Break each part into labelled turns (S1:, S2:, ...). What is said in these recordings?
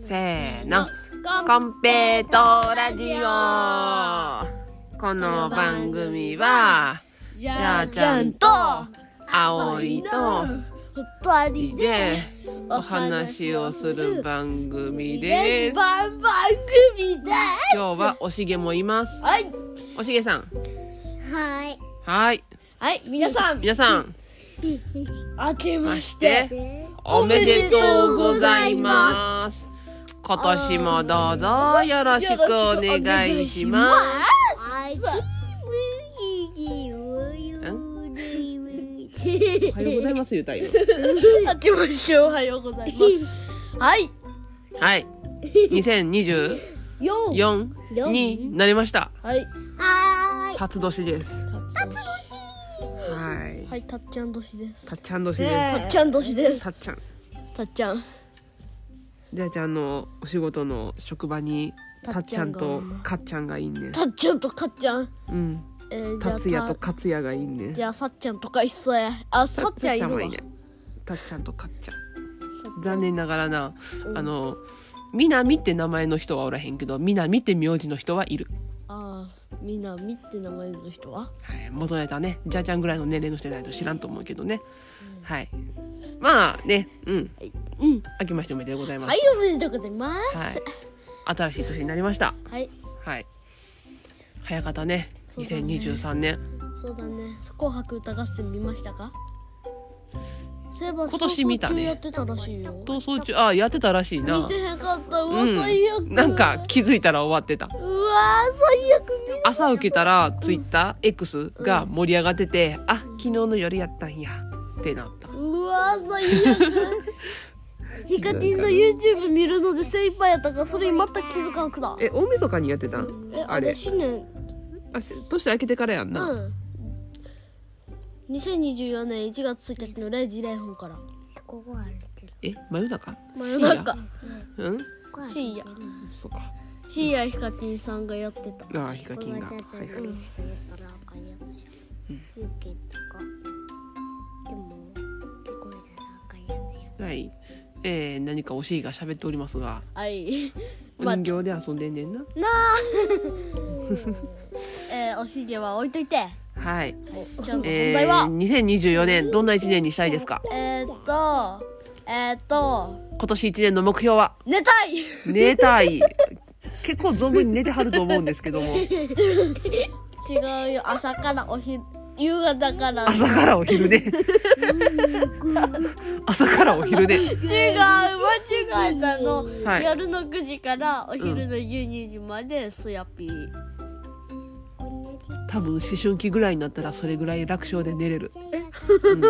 S1: せーの。
S2: こ
S1: コ
S2: ん
S1: ンペイトラジオこの番組は、
S2: じ
S1: ゃ
S2: ゃ
S1: あ
S2: あ
S1: ち
S2: ち
S1: ゃ
S2: ゃ
S1: ん
S2: ん
S1: と
S2: と
S1: 葵と
S2: 二
S1: い
S2: 人で
S1: でお話をする番組です。
S2: 番番組です
S1: 今日はおしげもいます。
S2: はい
S1: おしげさん。
S3: はい。
S1: はい。
S2: はい皆さん
S1: 皆さん、
S2: 明けまし
S1: で
S2: て、
S1: おめでとうございます。今年もどうぞよろしくお願いします。
S3: はい。
S1: おはようございます、ゆたいの。
S2: 明けましておはようございますはい
S1: はい。2024
S2: よん
S1: になりました。
S2: はい
S3: は
S1: 辰年です。はい。
S2: はいたっちゃん年です
S1: たっちゃん年
S2: た
S1: で
S2: っちゃん年です
S1: す。たっちゃん。
S2: たっちゃん
S1: じゃあちゃんのお仕事の職場にた
S2: た
S1: っ
S2: っ
S1: ち
S2: ち
S1: ゃ
S2: ゃ
S1: ん
S2: ん
S1: と
S2: と
S1: かっちゃんがいいね。
S2: たっちゃんとかっちゃん
S1: うん。
S2: えー、じゃあ
S1: 達也とかつやがいいね。
S2: じゃあさっちゃんとかいっそやあさっちゃんい
S1: たっちゃ
S2: るわ
S1: んもいいねたっちゃんとかっちゃん。残念ながらな、あの。みなみって名前の人はおらへんけど、みなみって名字の人はいる。
S2: ああみなみって名前の人は
S1: はい、元ネタね、じゃあちゃんぐらいの年齢の人じゃないと知らんと思うけどね。はい。まあね、うん。
S2: うん
S1: 明けましておめでとうございま
S2: はい
S1: す。
S2: おめでとうございます
S1: はい。新しい年になりました。
S2: はい
S1: はい。早かったね。
S2: そうだね
S1: 2023年。
S2: そうだね紅白歌合戦見ましたかそういえば
S1: 今年見たね
S2: 逃走中やってたらしいよ
S1: 逃走中、あ、やってたらしいな
S2: 見て。へんかったうわ、
S1: うん
S2: 最悪
S1: なんか気づいたら終わってた。
S2: うわ最悪見な
S1: 朝起きたらツイッター X が盛り上がってて、あ、昨日の夜やったんやってなった。
S2: うわ最 悪ヒカキンの YouTube 見るので精一杯やったからそれに全く気づかなくな
S1: え、大晦日にやってたん
S2: え
S1: あ
S2: あ
S1: れ
S2: れ新年
S1: あ、年明けてからやんな。
S2: うん2024年1月1日の0時0分から
S3: い。ここ歩いてる。
S1: え、真夜中
S2: 真夜中
S1: うん
S2: 深夜
S1: そうか。
S2: 深夜ヒカキンさんがやってた
S1: ああ、ヒカキンが。は
S3: 友達
S1: いはい
S3: のリストやったらあかんやつやユキとか。でも、聞こえたらあかんやつや。
S1: はい。えー、何かおしいが喋っておりますが、
S2: はい
S1: お
S2: まあ
S1: 人形で遊んでんねんな。
S2: なあえー、おしげは置いといて
S1: はい。
S2: じゃあ本
S1: え
S2: 題は
S1: ー、2024年、どんな1年にしたいですか
S2: えー、っとえー、っと
S1: 今年1年の目標は
S2: 寝たい
S1: 寝た い。結構存分に寝てはると思うんですけども、
S2: 違うよ朝からお昼夕方から違う
S1: 朝からお昼で。朝からお昼で。
S2: 間違えたの、
S1: はい
S2: 夜の9時からお昼の12時までスヤピー、
S3: 同じ。
S1: 多分思春期ぐらいになったらそれぐらい楽勝で寝れる。
S2: 文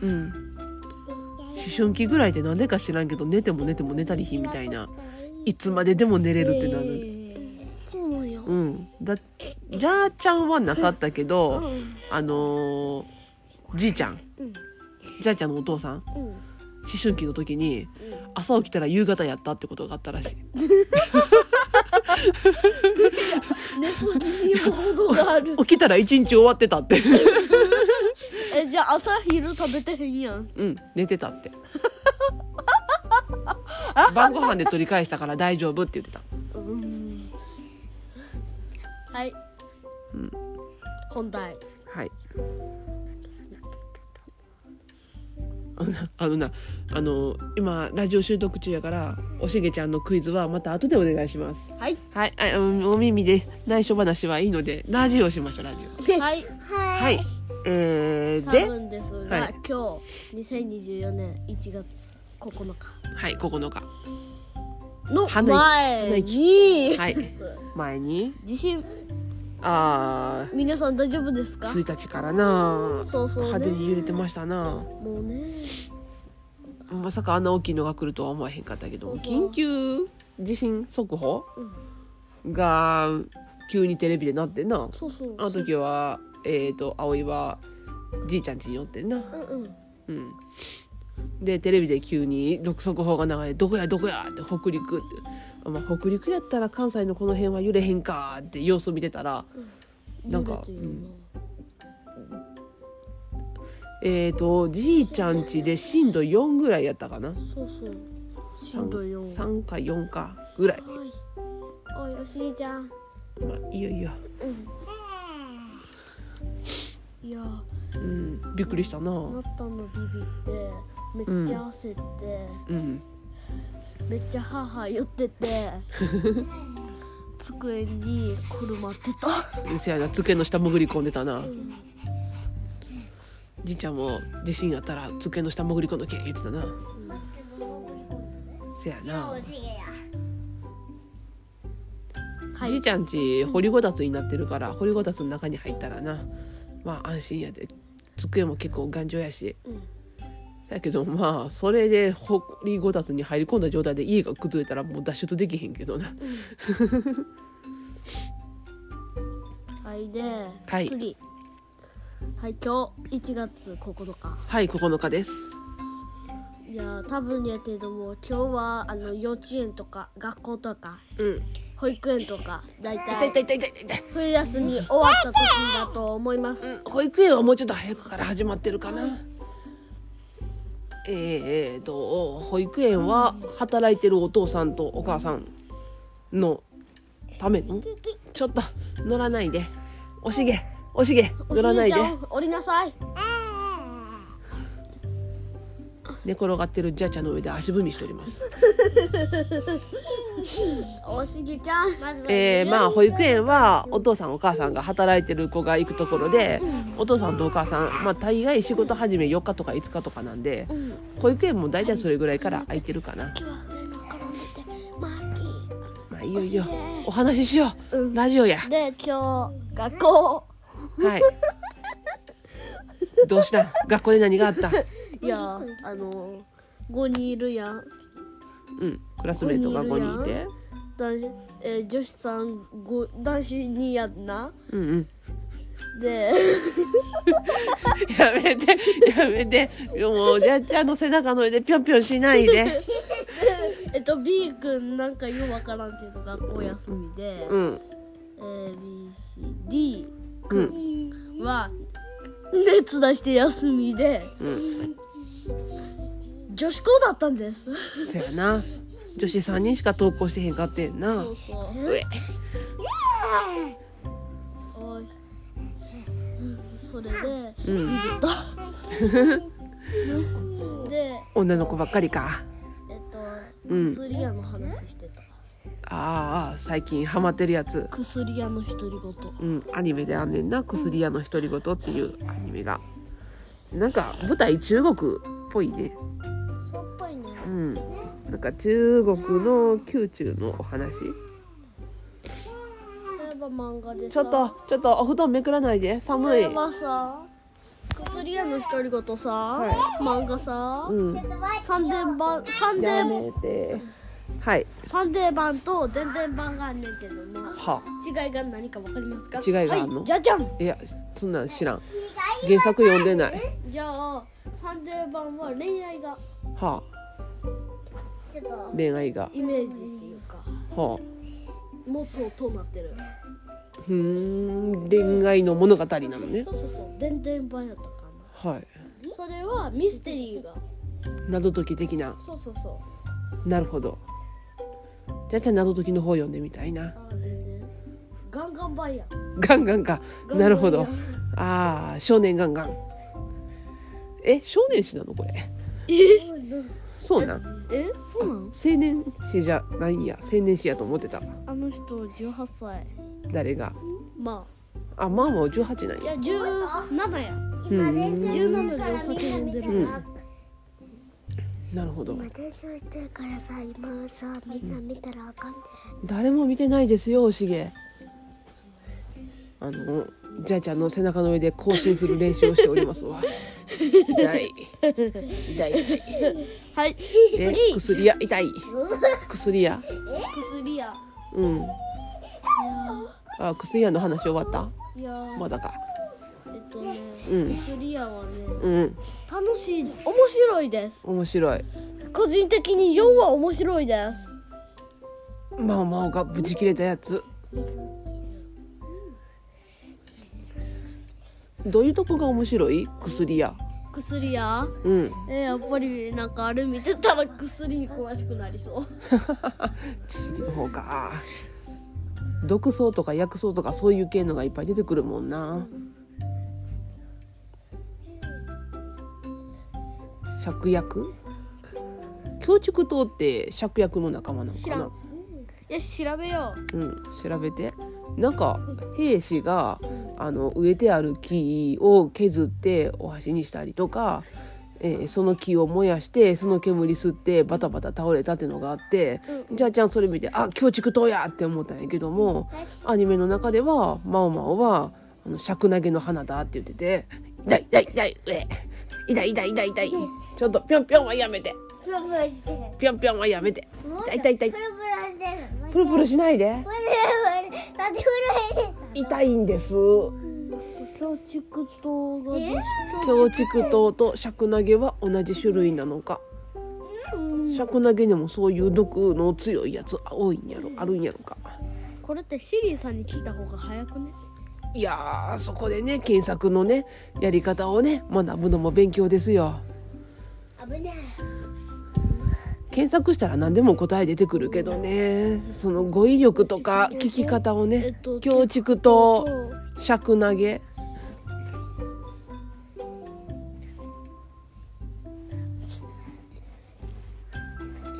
S2: 字
S1: うん。思春期ぐらいでなんでか知らんけど寝ても寝ても寝たりひんみたいな。いつまででも寝れるってなる。
S3: そうなのよ。
S1: うん。だ、じゃあちゃんはなかったけど、あのーじいちゃん。じゃあちゃんのお父さん。
S3: うん。
S1: 思春期の時に朝起きたら夕方やったってことがあったらしい
S2: 寝そぎにも程がある
S1: 起きたら一日終わってたって
S2: えじゃあ朝昼食べてへんやん
S1: うん寝てたって 晩ご飯で取り返したから大丈夫って言ってた
S2: はい、本題
S1: はいあのなあのなあの今ラジオ習得中やからおしげちゃんのクイズはまた後でお願いします
S2: はい
S1: はいあうんお耳で内緒話はいいのでラジオしましょうラジオ
S2: はい
S3: は。
S1: はいいえー、
S2: 多
S1: で
S2: 分ですが、
S1: はい
S2: 今日2024年1月9日
S1: はい9日
S2: の
S1: 花
S2: 前に
S1: はい前に
S2: 地震
S1: あ
S2: 皆さん大丈夫ですか
S1: あ1日からな
S2: そうそうね
S1: 派手に揺れてましたな
S2: もうね
S1: まさかあんな大きいのが来るとは思わへんかったけど
S2: そうそう
S1: 緊急地震速報、が急にテレビでなってんな
S2: そうそう
S1: あの時はえっ、と葵はじいちゃん家に寄ってんな
S2: うんうん
S1: うんでテレビで急に六速報が流れて「どこやどこや!」って北陸って、あまあ、北陸やったら関西のこの辺は揺れへんかって様子見てたらなんか
S2: 揺れてるよ
S1: えっ、とじいちゃん家で震度4ぐらいやったかな
S2: そうそう3と4
S1: 3か4かぐらい
S3: はい。おいおしりちゃん。
S1: まあいいよいいよ
S2: いや
S1: う
S2: ー
S1: んびっくりしたな
S2: なったのビビってめっちゃ焦って、
S1: うん
S2: めっちゃハーハー言ってて机にくるまってた
S1: せやな机の下潜り込んでたな、じいちゃんも地震あったら机の下潜り込んどけ言ってたなせやな
S3: おしげや。
S2: はい
S1: じいちゃんち掘りごたつになってるから掘りごたつの中に入ったらなまあ安心やで机も結構頑丈やし、
S2: うん
S1: だけどまあそれで掘りごたつに入り込んだ状態で家が崩れたらもう脱出できへんけどな
S2: はいで、
S1: はい
S2: 次はい今日1月9 日
S1: はい9日です
S2: いやー多分やけども今日はあの幼稚園とか学校とか
S1: うん
S2: 保育園とかだい
S1: 痛
S2: た
S1: い痛
S2: い
S1: い痛い痛い痛い、
S2: 冬休み終わった時だと思いま
S1: う
S2: す
S1: ん、保育園はもうちょっと早くから始まってるかなえー、と保育園は働いてるお父さんとお母さんのためのちょっと乗らないでおしげおしげ乗らないで
S2: おしりちゃん降りなさい
S1: 寝転がってるジャチャの上で足踏みしております
S2: おしぎちゃん
S3: まずは。
S1: えー、まあ保育園はお父さんお母さんが働いてる子が行くところでお父さんとお母さん、まあ、大概仕事始め4日とか5日とかなんで保育園も大体それぐらいから空いてるかな
S3: 今日は上のから見て。マーキー。
S1: まあいいよいいよお話ししよう、
S2: うん
S1: ラジオや
S2: で今日学校
S1: はいどうしたん学校で何があった
S2: いやーあの5人いるやん
S1: うんクラスメートが5人いて
S2: 男子、えー女子さんご男子2やんな
S1: うんうん
S2: で
S1: やめてやめてもうジャッジャーの背中の上でぴょんぴょんしないで
S2: えっと B 君なんかようわからんけど学校休みで、
S1: うん
S2: えー ABCD 君は熱出して休みで、女子校だったんです
S1: そやな女子3人しか登校してへんかってんな
S2: そうそう
S1: え
S2: おいそれで
S1: うん
S2: 言ったで
S1: 女の子ばっかりか
S2: えっと、
S1: うん
S2: 薬屋の話してた
S1: あーあー最近ハマってるやつ
S2: 薬屋の独り
S1: うんアニメであんねんな「薬屋の独り言」っていうアニメがなんか舞台中国っぽいね
S2: 言そうっぽいね
S1: うんなんか中国の宮中のお話
S2: そういえば漫画でさ
S1: ちょっとちょっとお布団めくらないで
S2: そう
S1: 寒
S2: い
S1: い
S2: えばさ薬屋の独り言さ、
S1: い
S2: 漫画さ、
S1: うん
S2: 三伝版三
S1: や
S2: 伝
S1: めてはい
S2: 三伝版と伝伝版があんねんけども
S1: は
S2: 違いが何かわかりますか
S1: 違いがあんの
S2: はい、じゃじゃん
S1: いやそんなん知らん原作読んでない
S2: じゃあ三伝版は恋愛が
S1: は
S3: ちょっと
S1: あ恋愛が
S2: イメージっていうか
S1: はあ
S2: 元となってる
S1: ふーん恋愛の物語なのね
S2: そうそうそう伝伝版やったか
S1: はい
S2: なそれはミステリーが
S1: 謎解き的な
S2: そうそうそう
S1: なるほどじゃあじゃあ謎解きの方読んでみたいな
S2: あれねガンガンバイヤー
S1: ガンガンか
S2: ガンガン
S1: なるほど
S2: ガ
S1: あ
S2: ン
S1: あ少年ガンガンえ少年誌なのこれ
S2: え
S1: そうなん
S2: えそうなの
S1: 青年誌じゃないんや青年誌やと思ってた
S2: あの人18歳
S1: 誰が
S2: ま
S1: あまあもう18なん
S2: あいや
S1: や
S2: 17や
S3: 今練習
S2: 17でお酒飲んでる
S1: うんなるほど
S3: 今練習してるからさ、今さ、みんな見たらあかんで。
S1: 誰も見てないですよおしげあのジャイちゃんの背中の上で行進する練習をしておりますわ痛い痛い痛い
S2: はい
S1: え
S2: 次
S1: 薬屋痛い薬屋
S2: 薬や
S1: うんあ薬屋の話終わった
S2: いやー
S1: まだか
S2: えっとね
S1: うん
S2: 薬やはね
S1: うん
S2: 楽しい面白いです
S1: 面白い
S2: 個人的に4は面白いです
S1: まおまおがブチ切れたやつどういうとこが面白い薬屋
S2: 薬や、
S1: うん
S2: えーやっぱりなんかあれ見てたら薬に詳しくなりそう
S1: 地理の方か毒草とか薬草とかそういう系のがいっぱい出てくるもんな芍薬強竹糖って芍薬の仲間なのか
S2: 知ら
S1: なん
S2: よし調べよ
S1: うん、調べてなんか兵士があの植えてある木を削ってお箸にしたりとか、えーその木を燃やしてその煙吸ってバタバタ倒れたっていうのがあって、じゃあちゃんそれ見て「あ強竹刀や!」って思ったんやけどもアニメの中ではマオマオは「あの尺投げの花だ」って言ってて「痛い痛い痛い上痛い痛い痛い痛いちょっとぴょんぴょんはやめて
S3: プロプロしてる
S1: ぴょんぴょんはやめて痛い痛い痛い
S3: プロプロしてる
S1: プルプルしないで
S3: プルプルだって震えて
S1: 痛いんです」
S2: う強竹糖が
S3: え
S1: 強竹刀と尺投げは同じ種類なのか尺投げにもそういう毒の強いやつ多いんやろあるんやろか
S2: これってシリーさんに聞いた方が早くね
S1: いやーそこでね検索のねやり方をね学ぶのも勉強ですよ
S3: た危ない
S1: 検索したら何でも答え出てくるけどねその語彙力とか聞き方を
S2: えっ
S1: ね
S2: と
S1: 強竹刀尺投げ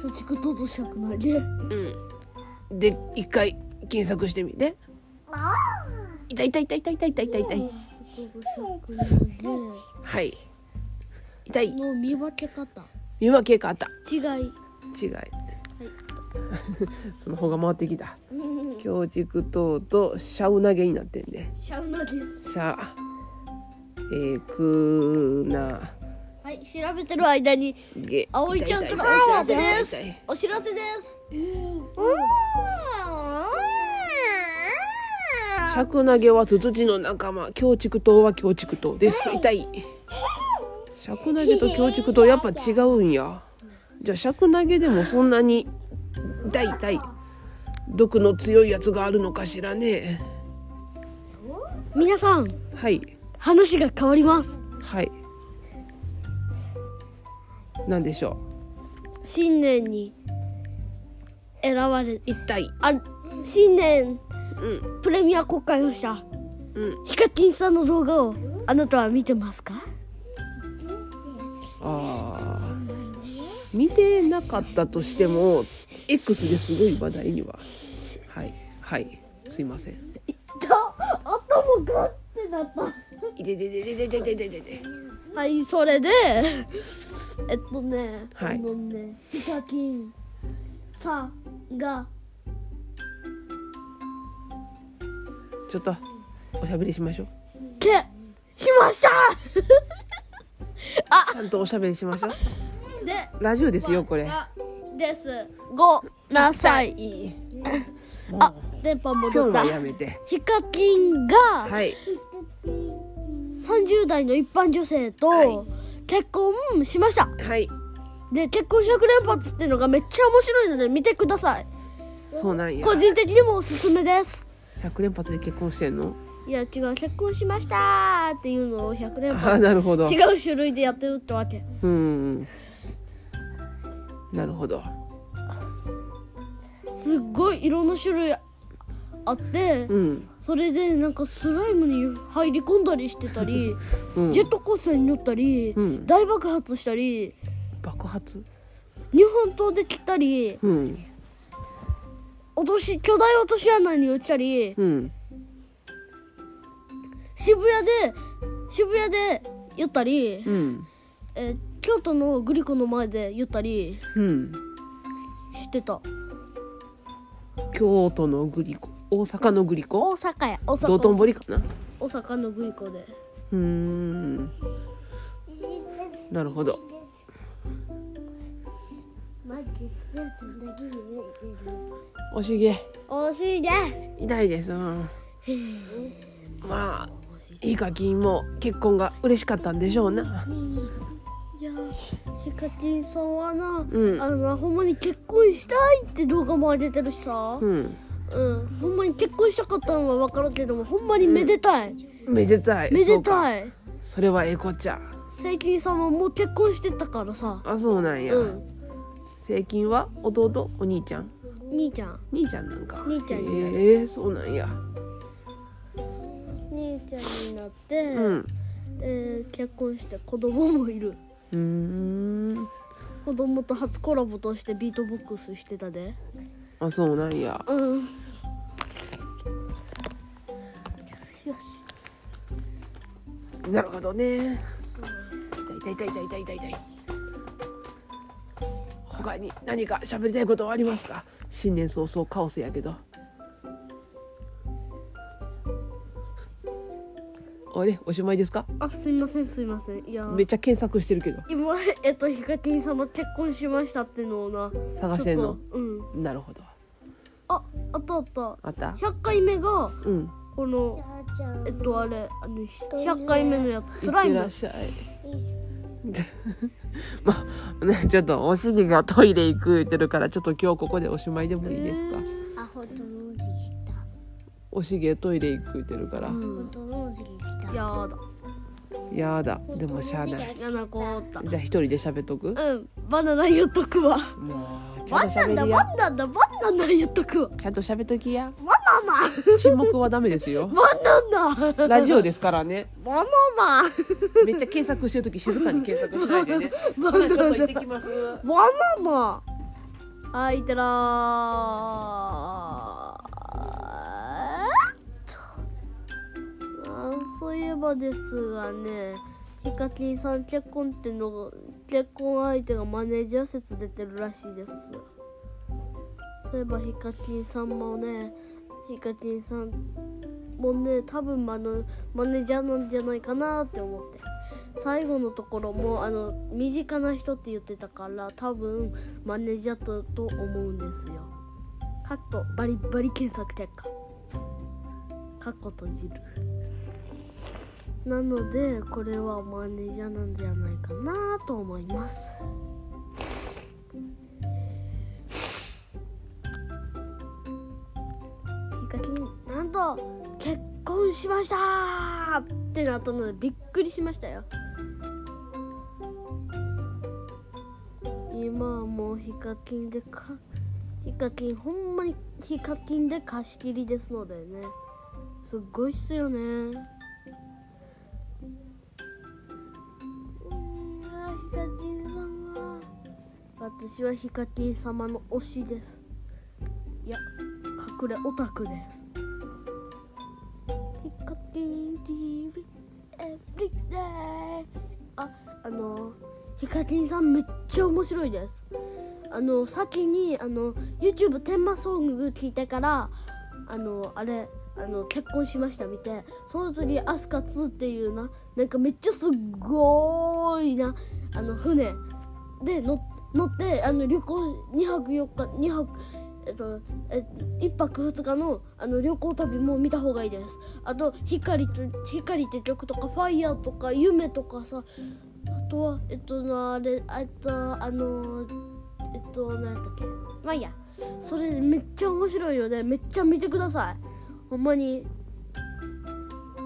S2: 強竹糖と尺投げ
S1: うんで一回検索してみて
S3: あ
S1: 痛い痛い痛い痛い痛い痛い痛い痛い
S2: 尺投
S1: はい痛い
S2: げの見分け方
S1: 見分け方
S2: 違い
S1: 違い、 スマホが回ってきた強軸糖とシャウ投げになってんね
S2: シャウ投げ
S1: シャえー、くーな
S2: はい調べてる間に
S1: げ
S2: 葵ちゃんか
S1: 痛い
S2: らお知らせ
S1: 痛い痛い
S2: です
S1: 痛い
S2: お知らせです
S1: 尺投げはツツジの仲間強竹糖は強竹糖です痛い尺投げと強竹糖やっぱ違うんやじゃあ尺投げでもそんなに痛い痛い毒の強いやつがあるのかしらね
S2: 皆さん
S1: はい
S2: 話が変わります
S1: はい。なんでしょ
S2: 新年に選ばれ
S1: う。痛い。
S2: あ新年
S1: うん
S2: プレミア公開をした
S1: うん。
S2: ヒカキンさんの動画をあなたは見てますか
S1: ああ。見てなかったとしても X ですごい話題には。はいはい。すいません。
S2: 頭がってなった
S1: いでででででででででで。
S2: はいそれで えっとね、
S1: はい
S2: あのねヒカキンさんが
S1: ちょっとおしゃべりしましょう。
S2: けしました あ
S1: ちゃんとおしゃべりしましょう。
S2: で
S1: ラジオですよこれ。
S2: あですごなさいあ電波
S1: 今
S2: 戻
S1: 日
S2: っ
S1: は
S2: た
S1: やめて。
S2: ヒカキンが
S1: はい。
S2: 30代の一般女性
S1: はい
S2: と結婚しました、
S1: はい。
S2: で結婚100連発っていうのがめっちゃ面白いので見てください
S1: そうなんや
S2: 個。人的にもおすすめです
S1: 100連発で結婚してんの？
S2: いや違う結婚しましたーっていうのを100連
S1: ああ
S2: 発
S1: なるほど。
S2: 違う種類でやってるってわけ
S1: うん。なるほど。
S2: すっごいいろんな種類あって
S1: うん。
S2: それでなんかスライムに入り込んだりしてたり
S1: うん
S2: ジェットコースターに乗ったり、
S1: うん
S2: 大爆発したり
S1: 爆発。
S2: 日本刀で切ったり
S1: うん。
S2: 落とし巨大落とし穴に落ちたり
S1: うん。
S2: 渋谷で渋谷で言ったり、
S1: うん。
S2: えー京都のグリコの前で言ったり
S1: うん。
S2: してた
S1: 京都のグリコ、大阪のグリコ、
S2: 大阪や大阪
S1: 道頓堀かな。
S2: 大阪のグリコで
S1: うーん。なるほど。おしげ。
S2: 惜しいね
S1: 痛いです。うんまあ。ヒカキンも結婚が嬉しかったんでしょうな。
S2: いやーヒカキンさんはな、
S1: うん
S2: あのなほんまに結婚したいって動画も上げてるしさ、
S1: うん。
S2: うん、ほんまに結婚したかったのは分かるけどもほんまにめでたい、
S1: めでたい。
S2: めで
S1: そうか
S2: たい
S1: それはええこっちゃ。
S2: 最近さもう結婚してたからさ
S1: あそうなんや、
S2: うん
S1: 最近は弟お兄ちゃん
S2: 兄ちゃん
S1: 兄ちゃんなんか
S2: 兄ちゃんになる
S1: ええそうなんや
S2: 兄ちゃんになって、
S1: うん
S2: えー結婚して子供もいる
S1: うーん
S2: 子供と初コラボとしてビートボックスしてたで
S1: あそうなんや
S2: うんよし
S1: なるほどね痛い痛い痛い痛い痛い痛い他に何か喋りたいことはありますか新年早々カオスやけどあれおしまいですか
S2: あすいませんすいませんいや
S1: めっちゃ検索してるけど
S2: 今えっとヒカキン様結婚しましたってのをな
S1: 探してん
S2: ちょ
S1: の
S2: っとうん
S1: なるほど
S2: ああったあった
S1: あった
S2: 100回目が
S1: うん
S2: こ
S3: じゃ
S2: の
S3: あじゃあ
S2: えっとあれあの100回目のやつスライ
S1: いってら
S2: ム
S1: っしゃい
S3: いい
S1: まあねちょっとおしぎがトイレ行く言ってるからちょっと今日ここでおしまいでもいいですか
S3: あほとの字した
S1: おしげトイレ行く言ってるから、
S3: ほとの字した
S2: やーだ
S1: やだでもしゃあない
S2: やなこーった
S1: じゃあ一人で喋っとく
S2: うんバナナ言っとくわ
S1: もうちゃ
S2: バ
S1: んと
S2: ナ
S1: 喋
S2: ナ
S1: りや
S2: バナナバナナ言っとくわ
S1: ちゃんと喋っときや
S2: バナナ
S1: 沈黙はダメです よ
S2: バナナ
S1: ラジオですからね
S2: バナナ
S1: めっちゃ検索してる時静かに検索しない でねほなちょっと行ってきます
S2: バナナはいいってらーえっとあそういえばですがねヒカキンさん結婚ってのが結婚相手がマネージャー説出てるらしいですそういえばヒカキンさんもねヒカキンさんもね多分マネマネージャーなんじゃないかなって思って最後のところもあの身近な人って言ってたから多分マネージャーだと思うんですよカッコバリバリ検索結果カッコ閉じるなのでこれはマネージャーなんじゃないかなと思いますヒカキンなんと結婚しましたーってなったのでびっくりしましたよ今はもうヒカキンでかヒカキンほんまにヒカキンで貸し切りですのでねすっごいっすよねうんあヒカキン様私はヒカキン様の推しですいや隠れオタクですヒカキン TV everyday ああのヒカキンさんめっちゃ面白いですあの先にあの YouTube テーマソング聞いてからあのあれあの結婚しました見てその次アスカ2っていうななんかめっちゃすっごーいなあの船で乗っ乗ってあの旅行2泊4日2泊えっとえ1泊2日のあの旅行旅も見た方がいいですあと「光」と「光」って曲とか「ファイヤーとか「夢」とかさあとはえっとなあれあとあのえっと何やったっけまあいいやそれめっちゃ面白いよねめっちゃ見てくださいほんまに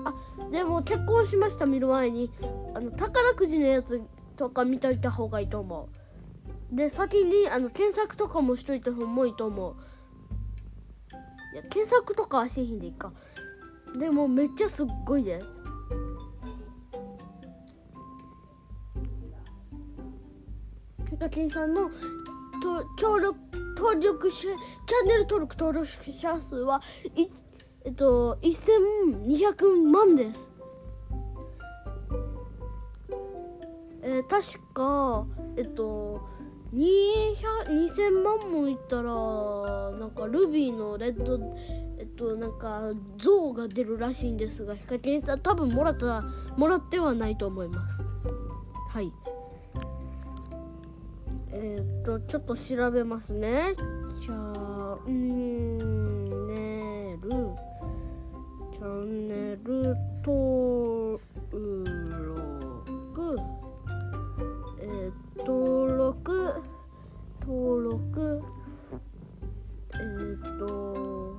S2: あでも結婚しました見る前にあの宝くじのやつとか見といた方がいいと思うで先にあの検索とかもしといた方もいいと思ういや検索とかはしひんでいいかでもめっちゃすっごいですヒカキンさんのと登録登録しチャンネル登録登録者数はいえっと1200万です。えー確かえっと200 2000万もいったらなんかルビーのレッドえっとなんか像が出るらしいんですがヒカキンさん多分もらったもらってはないと思います。はい。えーっとちょっと調べますねチャンネルチャンネル登録えー登録登録えーっと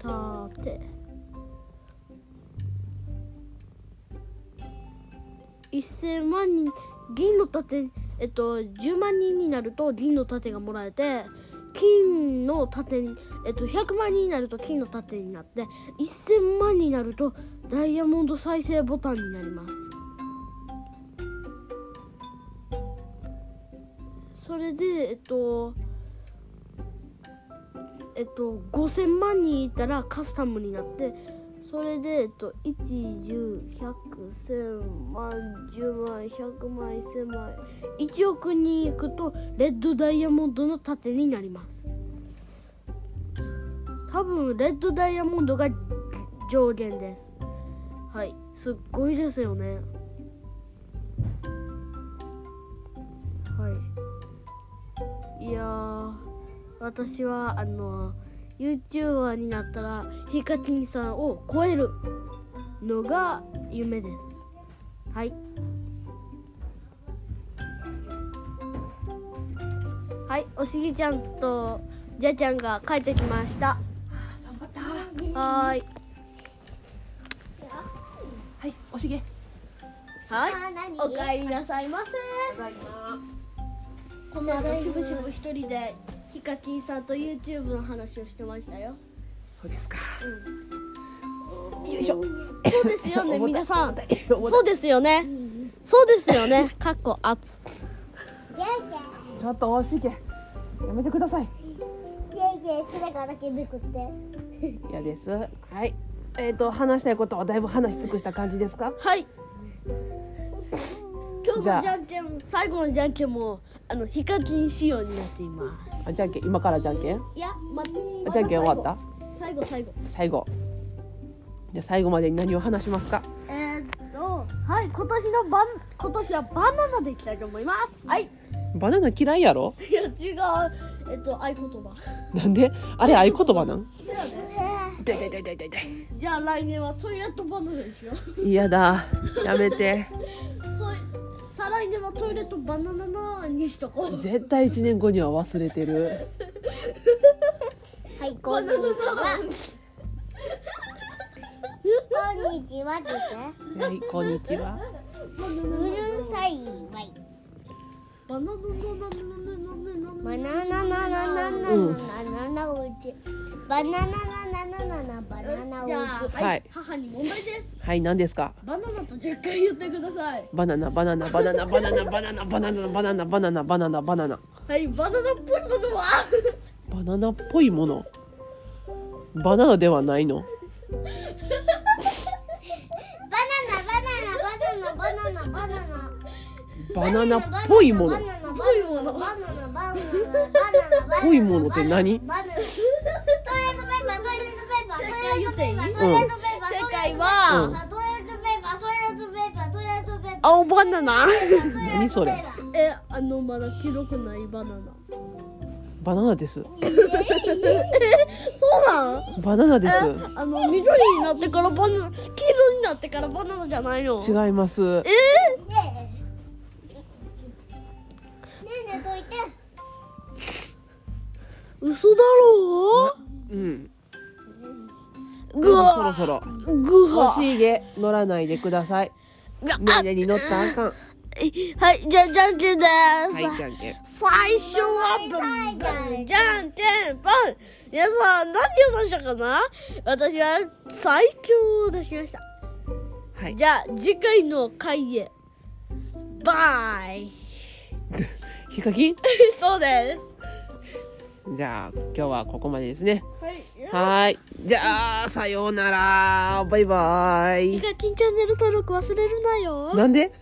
S2: たたて1000万人銀の盾えっと10万人になると銀の盾がもらえて金の盾にえっと100万人になると金の盾になって1000万になるとダイヤモンド再生ボタンになりますそれでえっとえっと5000万人いたらカスタムになってそれで、えっと、110100100万10万100万1000万1億人行くとレッドダイヤモンドの盾になります多分レッドダイヤモンドが上限ですはいすっごいですよねはいいやー私はあの YouTuber になったらヒカキンさんを超えるのが夢ですはいはいおしぎちゃんとじゃちゃんが帰ってきました
S1: 寒かった。
S2: はーい
S1: はい、おしげ。
S2: は
S3: あー何
S2: おかえりなさいませこの後しぶしぶ一人でヒカキンさんと YouTube の話をしてましたよ
S1: そうですか。よいしょ。
S2: そうですよね
S1: 重た
S2: 皆
S1: い
S2: さん
S1: 重た
S2: そうですよねそうですよねかっこ熱
S3: ゲーゲー
S1: いちょっとおしげ。やめてください。
S3: ゲーゲーしながらけめくって
S1: 嫌です。はい。えっ、と話したいことはだいぶ話し尽くした感じですか。
S2: はい。今日のじ
S1: じゃあ
S2: ゃんけん、最後のじゃんけんも、あのヒカキン仕様になっています。
S1: あじゃんけん今からじゃんけん。
S2: いや、ま、
S1: あじゃんけん終わった。
S2: た。最後、最後。
S1: 最後。じゃあ最後までに何を話しますか。
S2: えー、っと、はい、今年のバン、今年はバナナでいきたいと思います。はい、
S1: バナナ嫌いやろ。
S2: いや、違う、えっと、合言葉。
S1: なんであれ合言葉なん。でででででで。
S2: じゃあ、来年はトイレットバナナにしよう。
S1: 嫌だ。やめて。
S2: そうい、再来年はトイレットバナナにしとこう。
S1: 絶対一年後には忘れてる。
S3: はいこんにちはこんにちはって言って
S1: はい、こんにちは。
S3: うるさいわい
S2: バナナナナナナナナ
S3: バナナナナナナナナナうちバナナナナナナナバナナ
S2: ナ。
S3: う
S2: じゃ
S3: ち
S2: あ、
S1: は
S2: はいい、母に問題です。
S1: はい、何ですか。
S2: バナナと10回言ってください。
S1: バナナバナナバナナバナナバナナバナナバナナバナナバナナバナナ
S2: はい、バナナっぽいものは
S1: バナナっぽいものバナナではないの
S3: バナナバナナバナナバナナバナナ
S1: バナナっぽいもの
S3: バナナぽいものバナナバナナバナナ
S1: ぽいものって何
S3: バナナトイレットペーパートイレットペーパートイレットペーパートイレットペーパー
S2: 正解
S1: う
S2: は、
S1: ん
S3: トイレットペーパートイレットペーパートイレットペーパー
S2: 青バナナ
S1: 何それ
S2: え、あの、まだ黄色くないバナナ。
S1: バナナです
S2: そうなん
S1: バナナで
S2: あの、緑になってからバナナ、黄色になってからバナナじゃないの
S1: す違います
S2: え
S3: ねえねえどいて
S2: 嘘だろ
S1: うん
S2: う
S1: そ
S2: ぐ
S1: ろ
S2: わ
S1: そろ
S2: ぐ
S1: お
S2: わ
S1: しげ乗らないでください
S2: が
S1: ねねに乗ったらあかん
S2: あはい、じゃあ、じゃんけんで
S1: はい
S2: ー
S1: じ
S2: す。
S1: ゃんけん
S2: 最初はブンブン、じゃんけんぽん。皆さん、何を出したかな私は最強を出しました。
S1: はい
S2: じゃあ次回の回へバイ
S1: ヒカキン
S2: そうで
S1: じゃあ今日はここまでですね
S2: す
S1: は
S2: はい
S1: ーいじゃあさようならバイバー
S2: ヒ
S1: イ
S2: カキンチャンネル登録忘れるなよ
S1: なんで